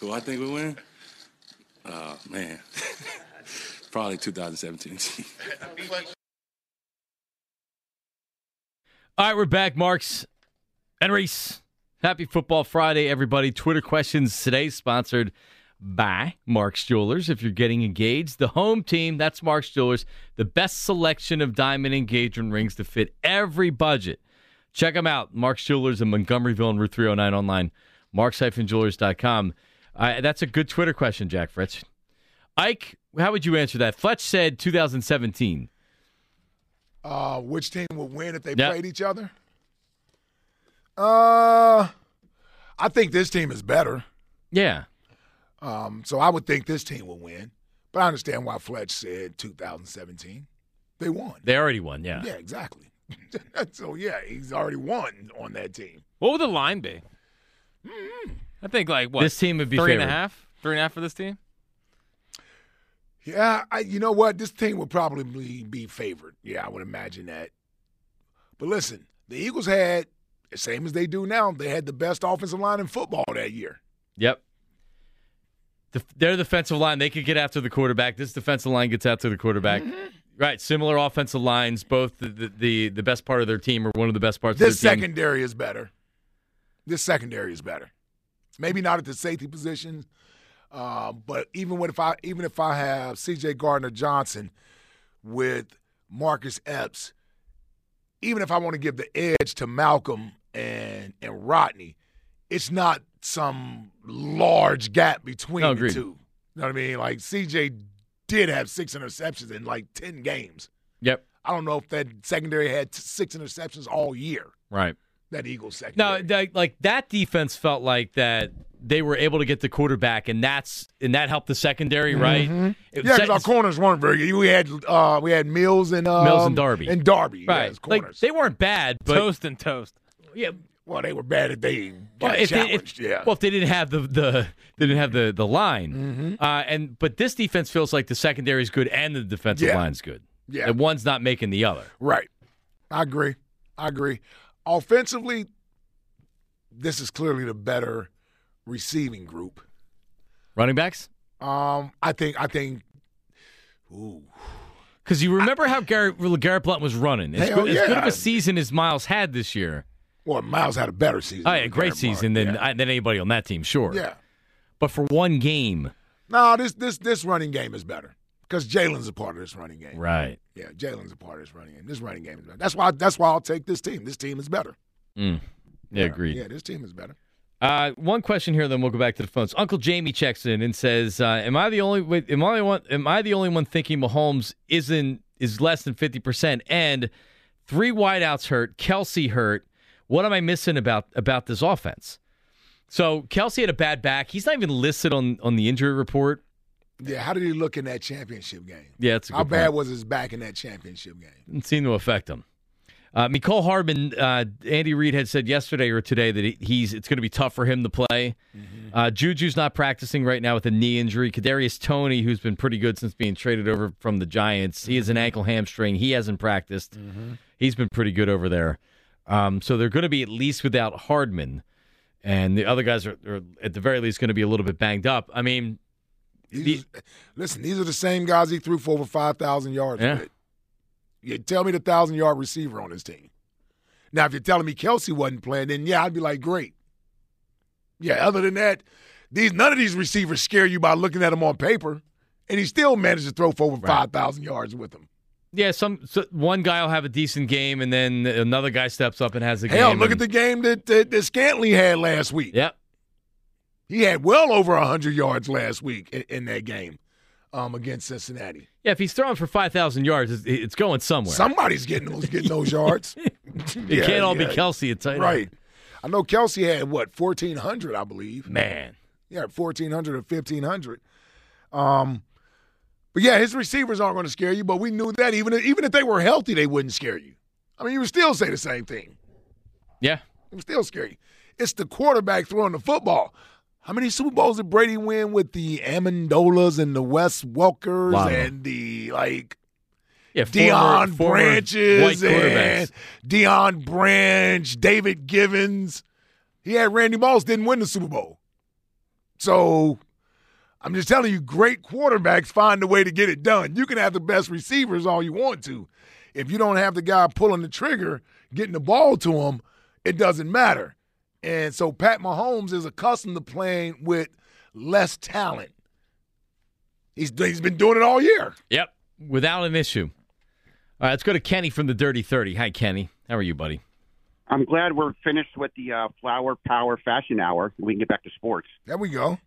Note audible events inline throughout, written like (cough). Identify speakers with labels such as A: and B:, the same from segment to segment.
A: Who I think would win? Oh, man. (laughs) Probably 2017.
B: All right, we're back, Marks and Reese. Happy Football Friday, everybody. Twitter questions today sponsored by Marks Jewelers. If you're getting engaged, the home team, that's Marks Jewelers, the best selection of diamond engagement rings to fit every budget. Check them out. Marks Jewelers in Montgomeryville and Route 309 online. Marks-jewelers.com. Uh, that's a good Twitter question, Jack Fritz. Ike, how would you answer that? Fletch said 2017.
C: Uh, which team would win if they
B: Yeah.
C: played each other? Uh, I think this team is better.
B: Yeah.
C: Um, so I would think this team will win. But I understand why Fletch said 2017. They won.
B: They already won, yeah.
C: Yeah, exactly. (laughs) so yeah, he's already won on that team.
D: What would the line be? Mm-hmm. I think like what
B: This team would be
D: three and a
B: favored.
D: half? Three and a half for this team.
C: Yeah, I, you know what? This team would probably be favored. Yeah, I would imagine that. But listen, the Eagles had, same as they do now, they had the best offensive line in football that year.
B: Yep. The, their defensive line, they could get after the quarterback. This defensive line gets after the quarterback. Right. Similar offensive lines. Both the, the, the, the best part of their team or one of the best parts
C: This
B: of their team.
C: secondary is better. This secondary is better. Maybe not at the safety position, uh, but even what if I even if I have C.J. Gardner Johnson with Marcus Epps, even if I want to give the edge to Malcolm and and Rodney, it's not some large gap between
B: No,
C: the
B: agreed.
C: two. You know what I mean? Like C.J. did have six interceptions in like ten games.
B: Yep.
C: I don't know if that secondary had t- six interceptions all year
B: Right.
C: that Eagles secondary.
B: No, that- like that defense felt like that they were able to get the quarterback, and that's and that helped the secondary, right? It-
C: Mm-hmm. yeah, because
B: sec-
C: our corners weren't very good. We had uh, we had Mills and um,
B: Mills and Darby.
C: and Darby,
B: right.
C: yes,
B: like
C: corners.
B: they weren't bad, but
D: toast and toast.
B: yeah,
C: well, they were bad at they
B: Well,
C: got
B: if they,
C: challenged.
B: if-
C: yeah,
B: well, if they didn't have the the they didn't have the the line,
C: Mm-hmm.
B: uh, and but this defense feels like the secondary is good and the defensive
C: Yeah.
B: line's good.
C: Yeah.
B: and one's not making the other.
C: right. I agree. I agree. Offensively, this is clearly the better receiving group.
B: Running backs,
C: Um, I think. I think. Ooh,
B: because you remember how Garrett Garrett Blunt was running. As,
C: Hell
B: good, as good of
C: oh, yeah.
B: a season as Miles had this year.
C: well, Miles had a better season.
B: Oh, yeah,
C: than
B: great
C: Darren
B: season
C: Martin.
B: than uh than anybody on that team, sure.
C: yeah. yeah.
B: but for one game,
C: No, this this this running game is better because Jalen's a part of this running game.
B: right?
C: Yeah, Jalen's a part of this running game. This running game is better. That's why. That's why I'll take this team. This team is better.
B: Yeah, agreed.
C: Yeah, this team is better.
B: Uh, one question here, then we'll go back to the phones. Uncle Jamie checks in and says, uh, "Am I the only? wait, Am I the one? Am I the only one thinking Mahomes isn't is less than fifty percent? And three wideouts hurt, Kelsey hurt. What am I missing about about this offense? So Kelsey had a bad back. He's not even listed on on the injury report.
C: Yeah, how did he look in that championship game?
B: Yeah, that's a good
C: How bad
B: point.
C: was his back in that championship game?
B: didn't seem to affect him. Uh, Nicole Hardman, uh, Andy Reid had said yesterday or today that he, he's it's going to be tough for him to play.
C: Mm-hmm.
B: Uh, Juju's not practicing right now with a knee injury. Kadarius Tony, who's been pretty good since being traded over from the Giants, he
C: Mm-hmm.
B: has an ankle hamstring. He hasn't practiced. He's been pretty good over there. Um, so they're going to be at least without Hardman, and the other guys are, are at the very least going to be a little bit banged up. I mean,
C: These- listen, these are the same guys he threw for over five thousand yards
B: Yeah.
C: with. You tell me the thousand yard receiver on his team. Now, if you're telling me Kelsey wasn't playing, then yeah, I'd be like, great. Yeah. Other than that, these none of these receivers scare you by looking at them on paper, and he still managed to throw for over five thousand yards with them.
B: yeah, some so one guy will have a decent game, and then another guy steps up and has a
C: Hell,
B: game.
C: look
B: and-
C: at the game that, that that Scantling had last week.
B: Yep.
C: He had well over 100 yards last week in, in that game um, against Cincinnati.
B: Yeah, if he's throwing for 5,000 yards, it's, it's going somewhere.
C: Somebody's getting those getting those yards.
B: (laughs) it can't all be Kelsey at tight end.
C: Right. I know Kelsey had what 1400, I believe.
B: Man.
C: Yeah, 1400 or 1500. Um but yeah, his receivers aren't going to scare you, but we knew that even if, even if they were healthy, they wouldn't scare you. I mean, you would still say the same thing.
B: Yeah.
C: It was still scary. It's the quarterback throwing the football. How many Super Bowls did Brady win with the Amendolas and the Wes Welkers
B: Lot of them.
C: and the like
B: Yeah,
C: Dion
B: former- former
C: Branches
B: white
C: and
B: quarterbacks.
C: Dion Branch, David Givens? He had Randy Moss, didn't win the Super Bowl. So I'm just telling you, great quarterbacks find a way to get it done. You can have the best receivers all you want to. If you don't have the guy pulling the trigger, getting the ball to him, it doesn't matter. And so Pat Mahomes is accustomed to playing with less talent. He's, he's been doing it all year.
B: Yep. Without an issue. All right, let's go to Kenny from the Dirty 30. Hi, Kenny. How are you, buddy?
E: I'm glad we're finished with the uh, Flower Power Fashion Hour. We can get back to sports.
C: There we go.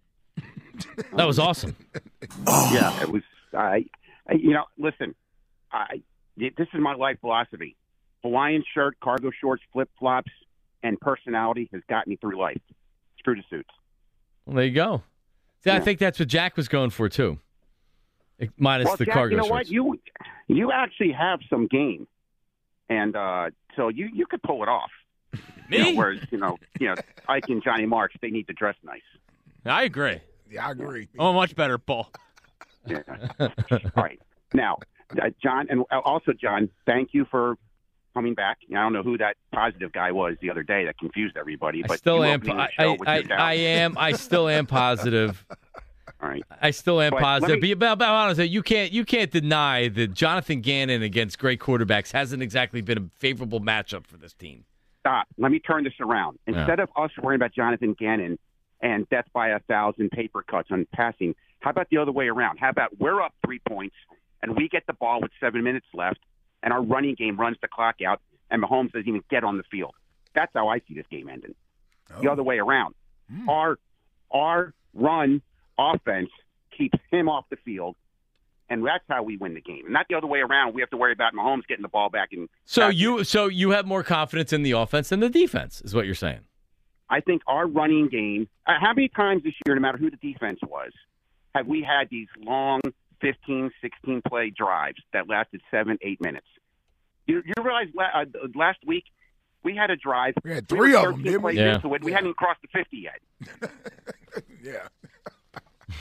B: That was awesome. Oh.
E: Yeah, it was. I, I you know, listen. I this is my life philosophy: Hawaiian shirt, cargo shorts, flip flops, and personality has got me through life. Screw the suits.
B: Well, there you go. See, I think that's what Jack was going for, too. Minus
E: well,
B: the
E: Jack,
B: cargo
E: you know
B: shorts.
E: what? You you actually have some game, and uh, so you you could pull it off.
D: Me?
E: You know, whereas you know, you know, Ike and Johnny March, they need to dress nice.
D: I agree.
C: Yeah, I agree.
D: I'm a much better bull.
E: Yeah. (laughs) All right. Now, uh, John, and also John, thank you for coming back. I don't know who that positive guy was the other day that confused everybody, but
B: I still
E: you
B: am.
E: opening
B: I,
E: the show
B: I,
E: with
B: I,
E: your doubt.
B: I am. I still am positive.
E: (laughs) All right.
B: I still am
E: But let
B: positive.
E: me-
B: But, but, but honestly, you can't you can't deny that Jonathan Gannon against great quarterbacks hasn't exactly been a favorable matchup for this team.
E: Stop. Let me turn this around. Instead of us worrying about Jonathan Gannon and death by a thousand paper cuts on passing, how about the other way around? How about we're up three points and we get the ball with seven minutes left, and our running game runs the clock out, and Mahomes doesn't even get on the field. That's how I see this game ending. the other way around. Our our run offense keeps him off the field, and that's how we win the game. Not the other way around. We have to worry about Mahomes getting the ball back. And
B: So
E: back.
B: you so you have more confidence in the offense than the defense is what you're saying.
E: I think our running game. Uh, how many times this year, no matter who the defense was, have we had these long 15, 16 play drives that lasted seven, eight minutes? You, you realize la- uh, last week we had a drive.
C: We had
E: were
C: three of them,
E: 13
C: didn't we?
E: plays
B: Yeah.
E: into it. We hadn't even crossed the 50 yet.
C: Yeah.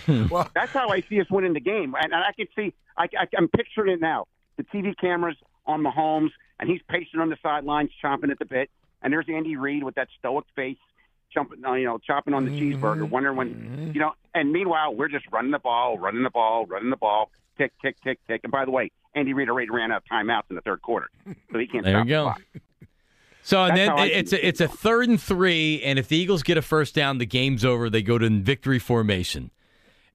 E: That's how I see us winning the game, and, and I can see I, I, I'm picturing it now. The TV cameras on Mahomes, and he's pacing on the sidelines, chomping at the bit. And there's Andy Reid with that stoic face, jumping, uh, you know, chopping on the
B: Mm-hmm.
E: cheeseburger, wondering when, you know. And meanwhile, we're just running the ball, running the ball, running the ball, tick, tick, tick, tick. And by the way, Andy Reid already ran out of timeouts in the third quarter, so he can't.
B: There
E: stop
B: you go.
E: The clock.
B: So and
E: That's
B: then
E: how I
B: it-
E: see
B: it's
E: it.
B: a, it's a third and three, and if the Eagles get a first down, the game's over. They go to victory formation,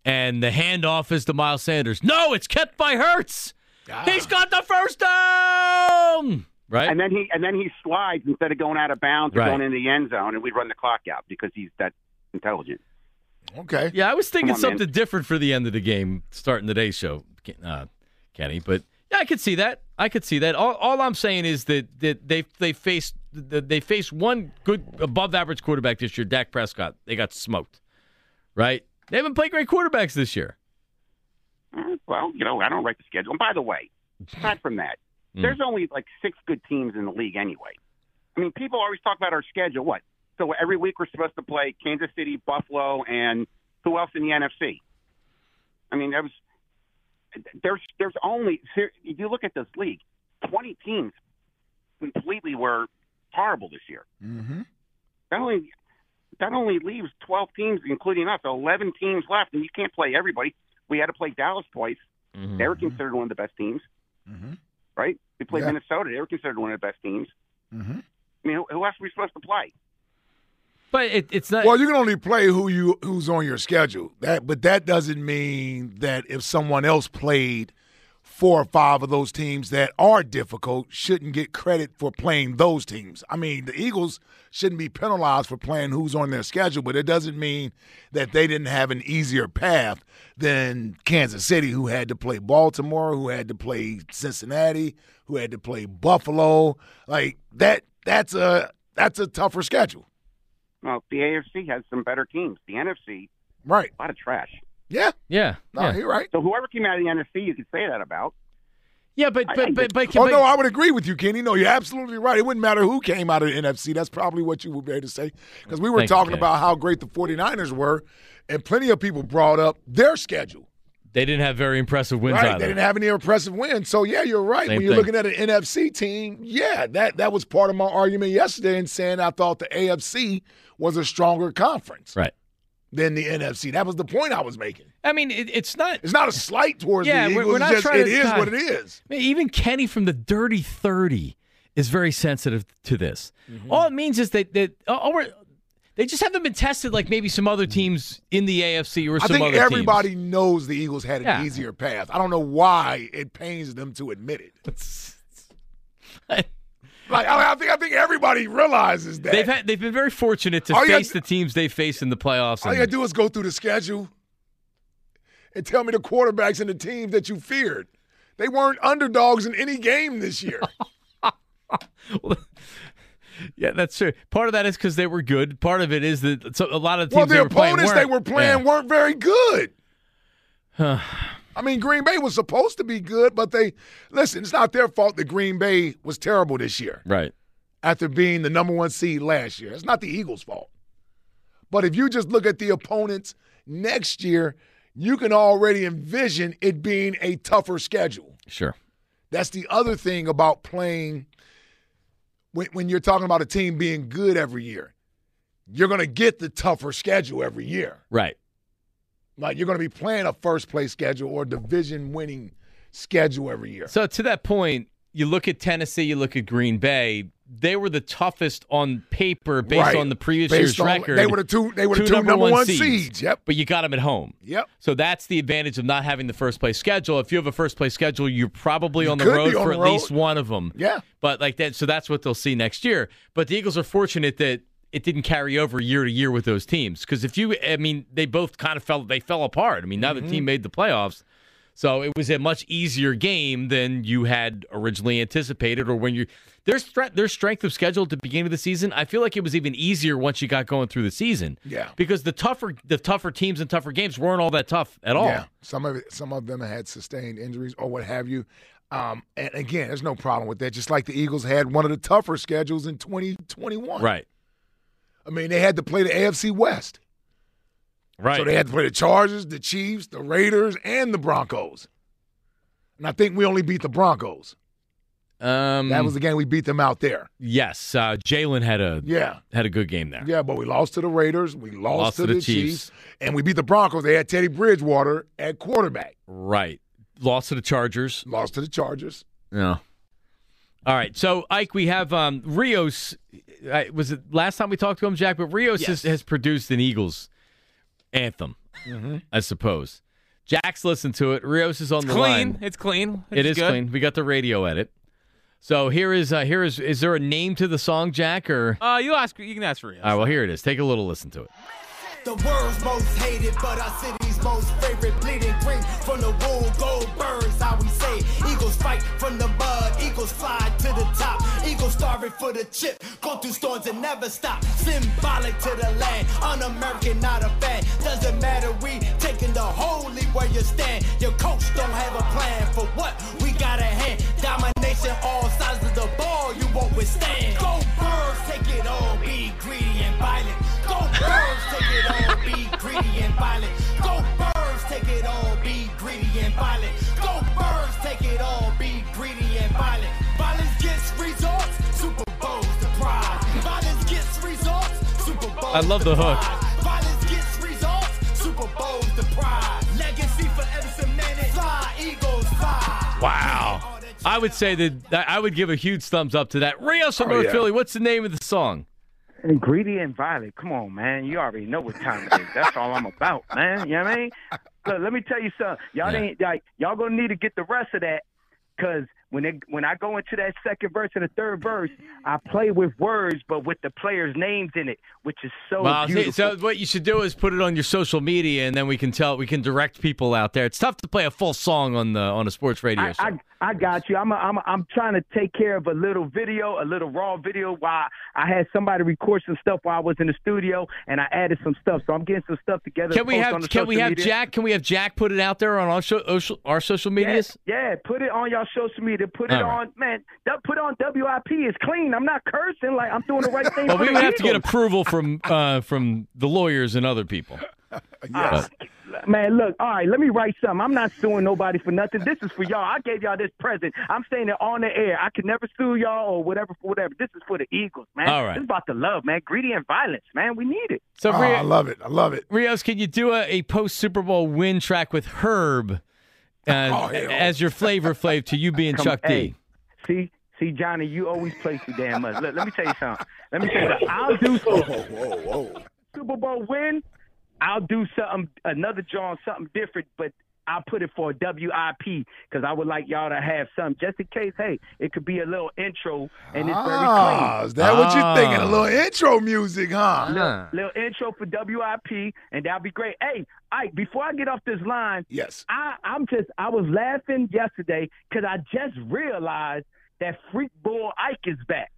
B: and the handoff is to Miles Sanders. No, it's kept by Hertz.
E: Ah.
B: He's got the first down. Right.
E: And then he and then he slides instead of going out of bounds or
B: Right.
E: going into the end zone, and we run the clock out because he's that intelligent.
C: Okay.
B: Yeah, I was thinking
E: Come on, man.
B: something different for the end of the game, starting today's show, uh, Kenny. But yeah, I could see that. I could see that. All, all I'm saying is that, that they they faced that they faced one good above average quarterback this year, Dak Prescott. They got smoked, right? They haven't played great quarterbacks this year.
E: Eh, Well, you know, I don't write the schedule. And by the way, aside from that, there's only like six good teams in the league anyway. I mean, people always talk about our schedule. What? So every week we're supposed to play Kansas City, Buffalo, and who else in the NFC? I mean, that was there's there's only ser- if you look at this league, 20 teams completely were horrible this year.
C: Mm-hmm.
E: That only that only leaves 12 teams, including us, 11 teams left, and you can't play everybody. We had to play Dallas twice. They were considered one of the best teams,
C: Mhm.
E: right? We played
C: Yeah.
E: Minnesota. They were considered one of the best teams.
C: Mhm.
E: I mean, who, who else were we supposed to play?
B: But it, it's not.
C: Well, you can only play who you who's on your schedule. That, but that doesn't mean that if someone else played four or five of those teams that are difficult, shouldn't get credit for playing those teams. I mean, the Eagles shouldn't be penalized for playing who's on their schedule, but it doesn't mean that they didn't have an easier path than Kansas City, who had to play Baltimore, who had to play Cincinnati, who had to play Buffalo. Like that. That's a that's a tougher schedule.
E: Well, the AFC has some better teams. The NFC,
C: Right.
E: a lot of trash.
C: Yeah.
B: yeah,
C: No,
B: yeah,
C: you're right.
E: So whoever came out of the NFC, you could say that about.
B: yeah. But
E: I- I-
B: but but, but,
C: Oh
B: but-
C: no, I would agree with you, Kenny. No, you're absolutely right. It wouldn't matter who came out of the NFC. That's probably what you would be able to say. Because we were
B: Thank you,
C: talking
B: Kenny.
C: about how great the 49ers were, and plenty of people brought up their schedule.
B: they didn't have very impressive wins
C: Right.
B: either.
C: They didn't have any impressive wins. So yeah, you're right.
B: Same
C: when you're
B: thing.
C: looking at an NFC team, yeah, that that was part of my argument yesterday in saying I thought the AFC was a stronger conference.
B: right.
C: than the NFC. That was the point I was making.
B: I mean, it, it's not.
C: It's not a slight towards
B: Yeah,
C: the
B: we're-
C: Eagles.
B: we're not
C: it's just,
B: trying
C: it
B: to-
C: is
B: God.
C: what it is.
B: I mean, even Kenny from the Dirty Thirty is very sensitive to this.
C: Mm-hmm.
B: All it means is that that all we're, they just haven't been tested like maybe some other teams in the AFC or
C: I
B: some
C: think
B: other teams.
C: everybody knows the Eagles had an
B: Yeah.
C: easier path. I don't know why it pains them to admit it. Like I, I think I think everybody realizes
B: (laughs)
C: that.
B: They've had, they've been very fortunate to
C: All you
B: face
C: gotta-
B: the teams they face in the playoffs.
C: All you
B: and-
C: gotta do is go through the schedule and tell me the quarterbacks and the teams that you feared. They weren't underdogs in any
B: (laughs)
C: game this year.
B: yeah, that's true. Part of that is because they were good. Part of it is that so, a lot of teams
C: well,
B: they
C: the
B: were playing
C: opponents they were
B: weren't.
C: playing
B: Yeah.
C: weren't very good. I mean, Green Bay was supposed to be good, but they listen. It's not their fault that Green Bay was terrible this year.
B: right.
C: after being the number one seed last year. It's not the Eagles' fault. But if you just look at the opponents next year, you can already envision it being a tougher schedule.
B: Sure.
C: That's the other thing about playing when, when you're talking about a team being good every year. You're going to get the tougher schedule every year.
B: Right.
C: Like you're going to be playing a first place schedule or division winning schedule every year.
B: So to that point, you look at Tennessee, you look at Green Bay. They were the toughest on paper based
C: Right.
B: on the previous
C: Based
B: year's
C: on-
B: record.
C: They were the two they were the two number, one, seeds. Yep.
B: But you got them at home.
C: Yep.
B: So that's the advantage of not having the first place schedule. If you have a first place schedule, you're probably on the
C: could be
B: road
C: on
B: for
C: the
B: at
C: road.
B: least one of them.
C: Yeah.
B: But like that, so that's what they'll see next year. But the Eagles are fortunate that it didn't carry over year to year with those teams because if you, I mean, they both kind of fell, they fell apart. I mean, neither
C: Mm-hmm.
B: team made the playoffs, so it was a much easier game than you had originally anticipated or when you their stre- their strength of schedule at the beginning of the season. I feel like it was even easier once you got going through the season.
C: Yeah.
B: because the tougher the tougher teams and tougher games weren't all that tough at all.
C: Yeah, some of it, some of them had sustained injuries or what have you. Um, and again, there's no problem with that. Just like the Eagles had one of the tougher schedules in 2021.
B: Right,
C: I mean, they had to play the AFC West,
B: right.
C: so they had to play the Chargers, the Chiefs, the Raiders, and the Broncos. And I think we only beat the Broncos.
B: um,
C: That was the game we beat them out there.
B: yes. Uh, Jalen had a
C: Yeah.
B: had a good game there.
C: Yeah, but we lost to the Raiders. We lost,
B: Lost to the Chiefs.
C: and we beat the Broncos. They had Teddy Bridgewater at quarterback.
B: Right. Lost to the Chargers.
C: Lost to the Chargers.
B: No. All right. So, Ike, we have um, Rios. I, was it last time we talked to him, Jack? But Rios has, has produced an Eagles anthem,
C: Mm-hmm.
B: I suppose. Jack's listened to it. Rios is on
D: It's
B: the
D: clean.
B: line.
D: It's clean. It's
B: It is
D: good.
B: clean. We got the radio edit. So here is uh, here is is there a name to the song, Jack? Or
D: Uh, you ask. You can ask for it.
B: all right, well here it is. Take a little listen to it.
F: The world's most hated, but our city's most favorite. Bleeding green from the wool, gold birds, how we say. it. Eagles fight from the mud, eagles fly to the top. Eagles starving for the chip, go through storms and never stop. Symbolic to the land, un-American, not a fan. Doesn't matter, we taking the holy where you stand. Your coach don't have a plan for what we got at hand. Domination, all sides of the ball, you won't withstand. Go birds, take it all, be greedy and violent. Go birds, take it all, be greedy and violent. Go birds, take it all, be greedy and violent. Go birds, take it all, be greedy and violent. Violence gets results, Super Bowl's the prize. Violence gets results, Super Bowl's
B: I love the hook.
F: prize. Violence gets results, Super Bowl's the prize. Legacy forever cemented. Fly, Eagles, fly.
B: Wow. I would say that that I would give a huge thumbs up to that. Rios from
C: Oh,
B: North
C: yeah.
B: Philly. What's the name of the song?
G: And greedy and violent. Come on, man. You already know what time it is. That's all I'm about, man. You know what I mean? Look, let me tell you something. Y'all
B: Yeah.
G: ain't like y'all gonna need to get the rest of that because when it, when I go into that second verse and the third verse, I play with words but with the players' names in it, which is so
C: Oh,
B: Well, see,
G: beautiful.
B: so what you should do is put it on your social media, and then we can tell we can direct people out there. It's tough to play a full song on the on a sports radio
G: I,
B: show.
G: I, I got you. I'm a, I'm a, I'm trying to take care of a little video, a little raw video. While I had somebody record some stuff while I was in the studio, and I added some stuff. So I'm getting some stuff together. to
B: can we
G: post on
B: have
G: the
B: can we
G: social
B: have
G: media.
B: Jack? Can we have Jack put it out there on our social our social medias?
G: Yeah, yeah, put it on y'all social media. Put it
B: All right.
G: on, man. that- Put on WIP is clean. I'm not cursing. Like I'm doing the right thing.
B: But
G: for
B: we
G: the
B: would have to get
G: Eagles.
B: approval from uh, from the lawyers and other people.
G: Uh,
E: Ah, Man, look, all right, let me write something. I'm not suing nobody for nothing. This is for y'all. I gave y'all this present. I'm saying it on the air. I could never sue y'all or whatever for whatever. This is for the Eagles, man.
B: All right.
E: This is about the love, man. Greedy and violence, man. We need it.
B: So
C: Oh,
B: Rio-
C: I love it. I love it.
B: Rios, can you do a, a post Super Bowl win track with Herb (laughs) uh,
C: hell.
B: as your flavor flave to you being
E: Come-
B: Chuck
E: hey,
B: D?
E: See, see, Johnny, you always play too damn much. Look, let me tell you something. Let me tell you something. I'll do something.
C: Whoa, whoa.
E: Super Bowl win. I'll do something, another John, something different, but I'll put it for WIP because I would like y'all to have some just in case. Hey, it could be a little intro and it's very clean.
C: Ah, is that what you're thinking? A
B: Ah.
C: little intro music, huh?
D: Ah.
E: little intro for WIP, and that'll be great. Hey, Ike, before I get off this line,
C: Yes.
E: I, I'm just I was laughing yesterday because I just realized that Freak Boy Ike is back.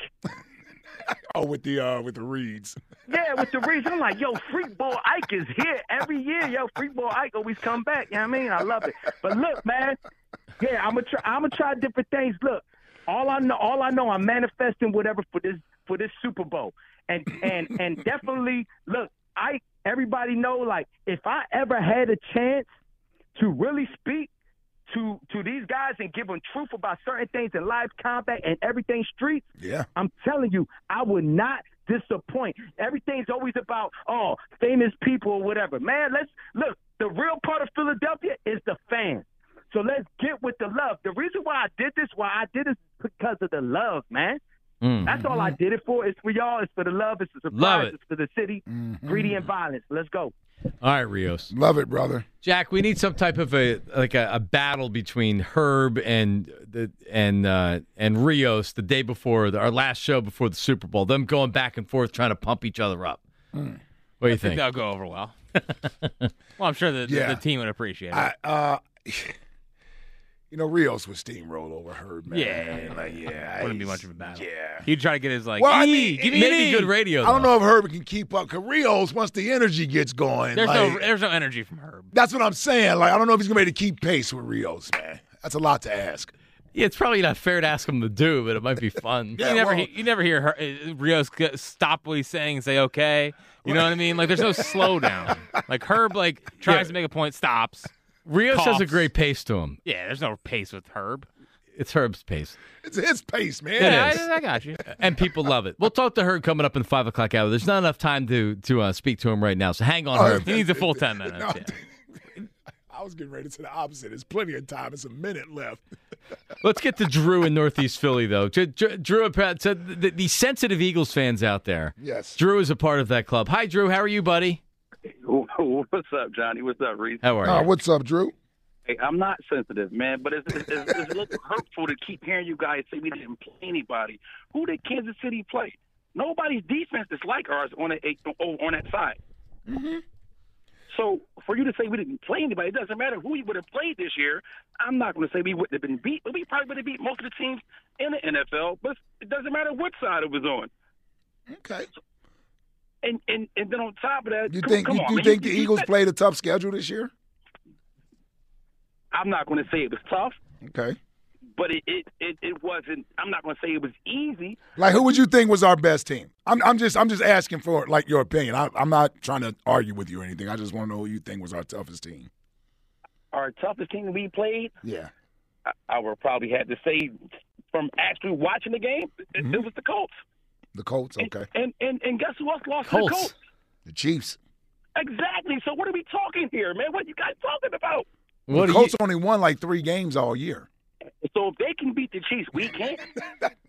C: Oh, with the uh, with the reeds. (laughs)
E: Yeah, with the reason I'm like, yo, Freak Boy Ike is here every year. Yo, Freak Boy Ike always come back. You know what I mean? I love it. But look, man, yeah, I'm gonna try. I'm gonna try different things. Look, all I know, all I know, I'm manifesting whatever for this for this Super Bowl, and and and definitely look, I everybody know like if I ever had a chance to really speak to to these guys and give them truth about certain things in live combat and everything street,
C: Yeah.
E: I'm telling you, I would not disappoint. Everything's always about oh, famous people or whatever. Man, let's look. The real part of Philadelphia is the fans. So let's get with the love. The reason why I did this, why I did this, because of the love, man. That's all
C: Mm-hmm.
E: I did it for. It's for y'all. It's for the love. It's the
B: Love
E: surprise.
B: it.
E: It's for the city.
C: Mm-hmm.
E: Greedy and violence. Let's go.
B: All right, Rios.
C: Love it, brother.
B: Jack, we need some type of a like a, a battle between Herb and the and uh, and Rios the day before the, our last show before the Super Bowl. Them going back and forth trying to pump each other up. What do you
D: I think
B: think?
D: that'll go over (laughs) well. well, I'm sure the, the-
C: Yeah.
D: the, team would appreciate it.
C: I uh (laughs) you know, Rios would steamroll over Herb, man.
D: Yeah.
C: Like, yeah.
D: Wouldn't be
C: he's-
D: much of a battle.
C: Yeah.
D: He'd try to get his like.
C: Well, I
D: "Ee,
C: mean,
D: give me
B: Maybe
D: an E."
B: good radio.
C: I don't
B: though.
C: know if Herb can keep up. 'cause Rios, once the energy gets going,
D: There's
C: like,
D: no er-, there's no energy from Herb.
C: that's what I'm saying. Like, I don't know if he's gonna be able to keep pace with Rios, man. That's a lot to ask.
B: Yeah, it's probably not fair to ask him to do, but it might be (laughs) fun.
C: Yeah,
D: you never
C: well-
D: he- you never hear Her- uh, Rios g- stop what he's saying and say okay. You know what I mean? Like there's no slowdown. Like Herb like
C: (laughs)
D: tries to make a point, stops.
B: Rios has a
D: Coughs.
B: great pace to him.
D: Yeah, there's no pace with Herb.
B: It's Herb's pace.
C: It's his pace, man.
B: It
C: (laughs)
D: Yeah,
B: is.
D: I, I got you.
B: and people love it. We'll talk to her coming up in the five o'clock hour. There's not enough time to to uh, speak to him right now, so hang on,
C: Oh,
B: Herb.
D: He needs a full ten minutes.
C: (laughs) No,
D: yeah.
C: I was getting ready to the opposite. There's plenty of time. It's a minute left.
B: Let's get to Drew in Northeast Philly, though. Dr- Dr- Drew, uh, to the, the sensitive Eagles fans out there.
C: Yes.
B: Drew is a part of that club. Hi, Drew. How are you, buddy?
H: What's up, Johnny? What's up, Reese?
B: How are you?
C: what's up, Drew?
H: Hey, I'm not sensitive, man, but it's, it's, it's, it's a little hurtful to keep hearing you guys say we didn't play anybody. Who did Kansas City play? Nobody's defense is like ours on that eight, oh, on that side. So for you to say we didn't play anybody, it doesn't matter who we would have played this year. I'm not going to say we wouldn't have been beat, but we probably would have beat most of the teams in the NFL. But it doesn't matter what side it was on.
C: Okay.
H: And and, and then on top of that,
C: You
H: come-
C: think
H: come
C: you,
H: on,
C: you
H: man.
C: think the Eagles
H: said-
C: played a tough schedule this year?
H: I'm not going to say it was tough.
C: Okay.
H: but it it, it, it wasn't. I'm not going to say it was easy.
C: Like, who would you think was our best team? I'm, I'm just, I'm just asking for like your opinion. I, I'm not trying to argue with you or anything. I just want to know who you think was our toughest team.
H: Our toughest team we played,
C: Yeah.
H: I, I would probably have to say from actually watching the game, it, it was the Colts.
C: The Colts. Mm-hmm. Okay.
H: And and and guess who else lost to the
B: Colts.
H: Colts?
C: The Chiefs.
H: Exactly. So what are we talking here, man? What you guys talking about?
B: What
C: the
B: do you-
C: Colts only won like three games all year.
H: So if they can beat the Chiefs,
C: (laughs)
H: we can't.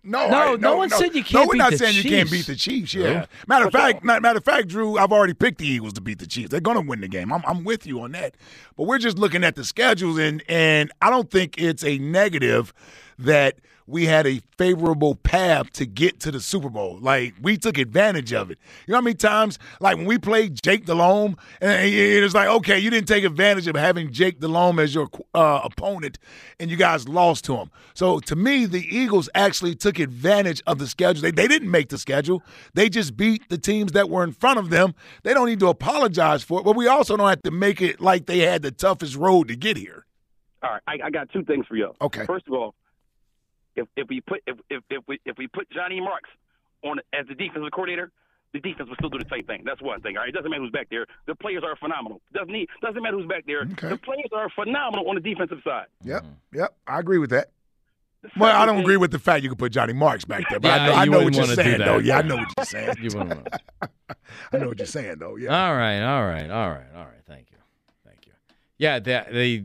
C: No,
B: No,
C: I-
B: no one said you
C: No,
B: can't
C: we're
B: beat
C: not
B: the
C: saying you can't
B: Chiefs.
C: beat the Chiefs. Yeah. Matter of fact, ma- matter of fact, Drew, I've already picked the Eagles to beat the Chiefs. They're going to win the game. I'm, I'm with you on that. But we're just looking at the schedules, and and I don't think it's a negative that we had a favorable path to get to the Super Bowl. Like we took advantage of it. You know how many times, like when we played Jake Delhomme, and it- it was like, okay, you didn't take advantage of having Jake Delhomme as your uh, opponent, and you guys lost to him. So to me, the Eagles actually took advantage of the schedule. They, they didn't make the schedule. They just beat the teams that were in front of them. They don't need to apologize for it, but we also don't have to make it like they had the toughest road to get here.
H: All right, I, I got two things for you.
C: Okay.
H: First of all, if if we put if if, if we if we put Johnny Marks on as the defensive coordinator, the defense will still do the same thing. That's one thing. All right, it doesn't matter who's back there. The players are phenomenal. Doesn't need, doesn't matter who's back there.
C: Okay.
H: The players are phenomenal on the defensive side.
C: Yep, yep. I agree with that. Well, I don't agree with the fact you can put Johnny Marks back there, but
B: Yeah,
C: I
B: you
C: know, I know what
B: wouldn't
C: you're
B: wanna do
C: saying,
B: that.
C: though. Yeah, I know what you're saying.
B: You wouldn't want to.
C: I know what you're saying, though.
B: (laughs)
C: Yeah.
B: All right, all right, all right, all right. Thank you, thank you. Yeah, they, they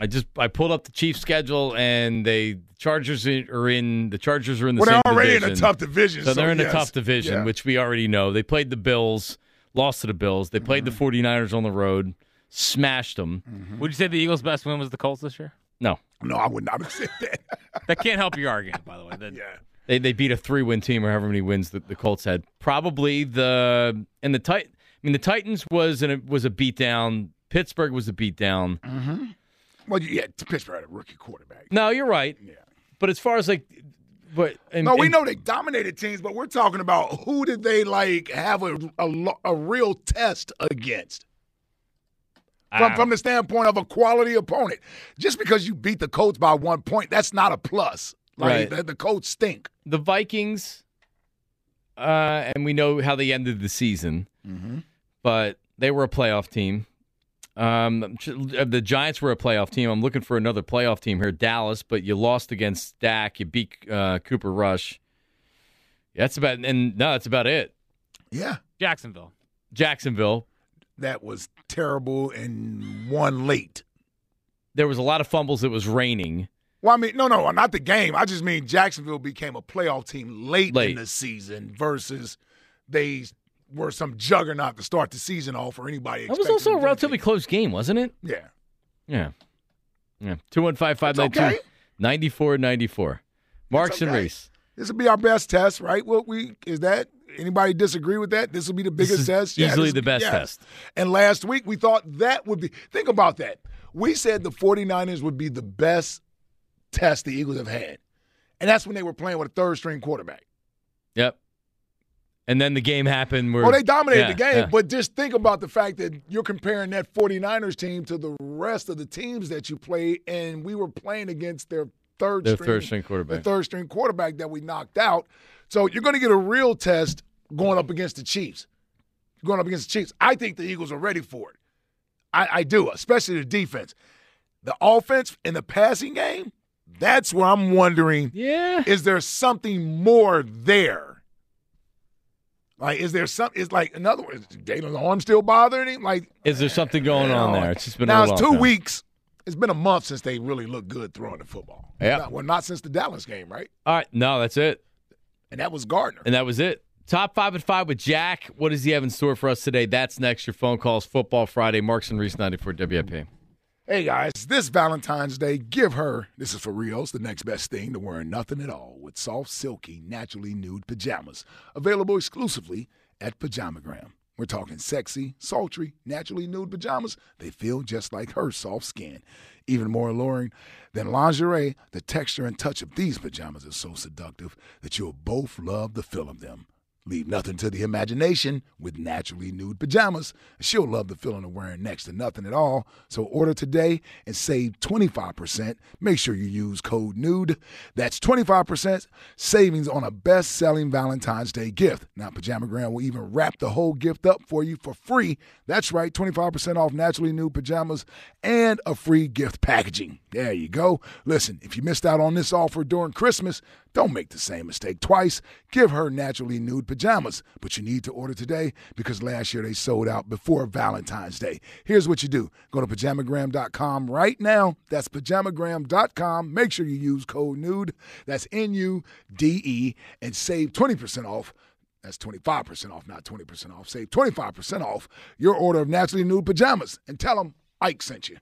B: I just I pulled up the Chiefs schedule and they Chargers are in the Chargers are in the
C: well,
B: same
C: they're already in a
B: division.
C: tough division.
B: So they're in a
C: yes.
B: tough division,
C: Yeah.
B: which we already know. They played the Bills, lost to the Bills. They played
C: Mm-hmm.
B: the 49ers on the road, smashed them.
D: Would you say the Eagles' best win was the Colts this year?
B: No,
C: No, I would not have (laughs) said that.
D: That can't help your argument, by the way. That-
C: yeah.
B: they they beat a three win team or however many wins that the Colts had. Probably the and the Tit. I mean, the Titans was an, was a beatdown. Pittsburgh was a beatdown.
C: Well, you- yeah, Pittsburgh had a rookie quarterback.
D: Mm,
B: No, you're right.
C: Yeah.
B: But as far as like, but and,
C: No, we
B: and-
C: know they dominated teams, but we're talking about who did they like have a a, lo- a real test against from
B: Ah.
C: from the standpoint of a quality opponent. Just because you beat the Colts by one point, that's not a plus. Like
B: Right.
C: the, the Colts stink.
B: the Vikings, uh, and we know how they ended the season,
C: Mm-hmm.
B: but they were a playoff team. Um, the Giants were a playoff team. I'm looking for another playoff team here, Dallas, but you lost against Dak. You beat uh, Cooper Rush. That's about and no, that's about it.
C: Yeah,
D: Jacksonville.
B: Jacksonville.
C: that was terrible and one late.
B: There was a lot of fumbles. It was raining.
C: Well, I mean, no, no, not the game. I just mean Jacksonville became a playoff team late,
B: Late.
C: in the season versus they were some juggernaut to start the season off for anybody.
B: That was
C: expecting
B: also
C: them
B: a
C: to do
B: relatively close game, wasn't it?
C: anything. yeah.
B: Yeah. Yeah. 215
C: okay.
B: 592 94 94. Marks and
C: okay.
B: Reese.
C: This will be our best test, right? What we is that? Anybody disagree with that? This will be the biggest
B: is
C: test.
B: easily
C: this-
B: the best test.
C: And last week we thought that would be. Think about that. We said the 49ers would be the best test the Eagles have had, and that's when they were playing with a third string quarterback.
B: Yep. And then the game happened where
C: Well, Oh, they dominated the
B: Yeah,
C: game,
B: yeah.
C: but just think about the fact that you're comparing that 49ers team to the rest of the teams that you play, and we were playing against their third
B: Their
C: string,
B: third string
C: the
B: quarterback.
C: third string quarterback that we knocked out. So you're going to get a real test going up against the Chiefs. Going up against the Chiefs, I think the Eagles are ready for it. I, I do, especially the defense. The offense in the passing game, that's where I'm wondering
B: yeah.
C: is there something more there? Like, is there some? It's like, in other words, is Damon's arm still bothering him? Like,
B: Is there something going on there? It's just been
C: now
B: a
C: it's
B: long
C: two
B: time.
C: weeks. It's been a month since they really looked good throwing the football.
B: Yeah.
C: Not- Well, not since the Dallas game, right?
B: All right. No, that's it.
C: And that was Gardner.
B: And that was it. Top five and five with Jack. What does he have in store for us today? That's next. Your phone calls, Football Friday, Marks and Reese 94 WIP.
C: Hey guys, this Valentine's Day, give her this is for Rios, the next best thing to wearing nothing at all with soft, silky, naturally nude pajamas. Available exclusively at Pajamagram. We're talking sexy, sultry, naturally nude pajamas. They feel just like her soft skin. Even more alluring than lingerie, the texture and touch of these pajamas is so seductive that you'll both love the feel of them. Leave nothing to the imagination with naturally nude pajamas. She'll love the feeling of wearing next to nothing at all. So order today and save 25%. Make sure you use code NUDE. That's 25% savings on a best selling Valentine's Day gift. Now, Pajamagram will even wrap the whole gift up for you for free. That's right, 25% off naturally nude pajamas and a free gift packaging. There you go. Listen, if you missed out on this offer during Christmas, don't make the same mistake twice. Give her naturally nude pajamas, but you need to order today because last year they sold out before Valentine's Day. Here's what you do go to pajamagram.com right now. That's pajamagram.com. Make sure you use code NUDE, that's N U D E, and save 20% off. That's 25% off, not 20% off. Save 25% off your order of naturally nude pajamas and tell them Ike sent you.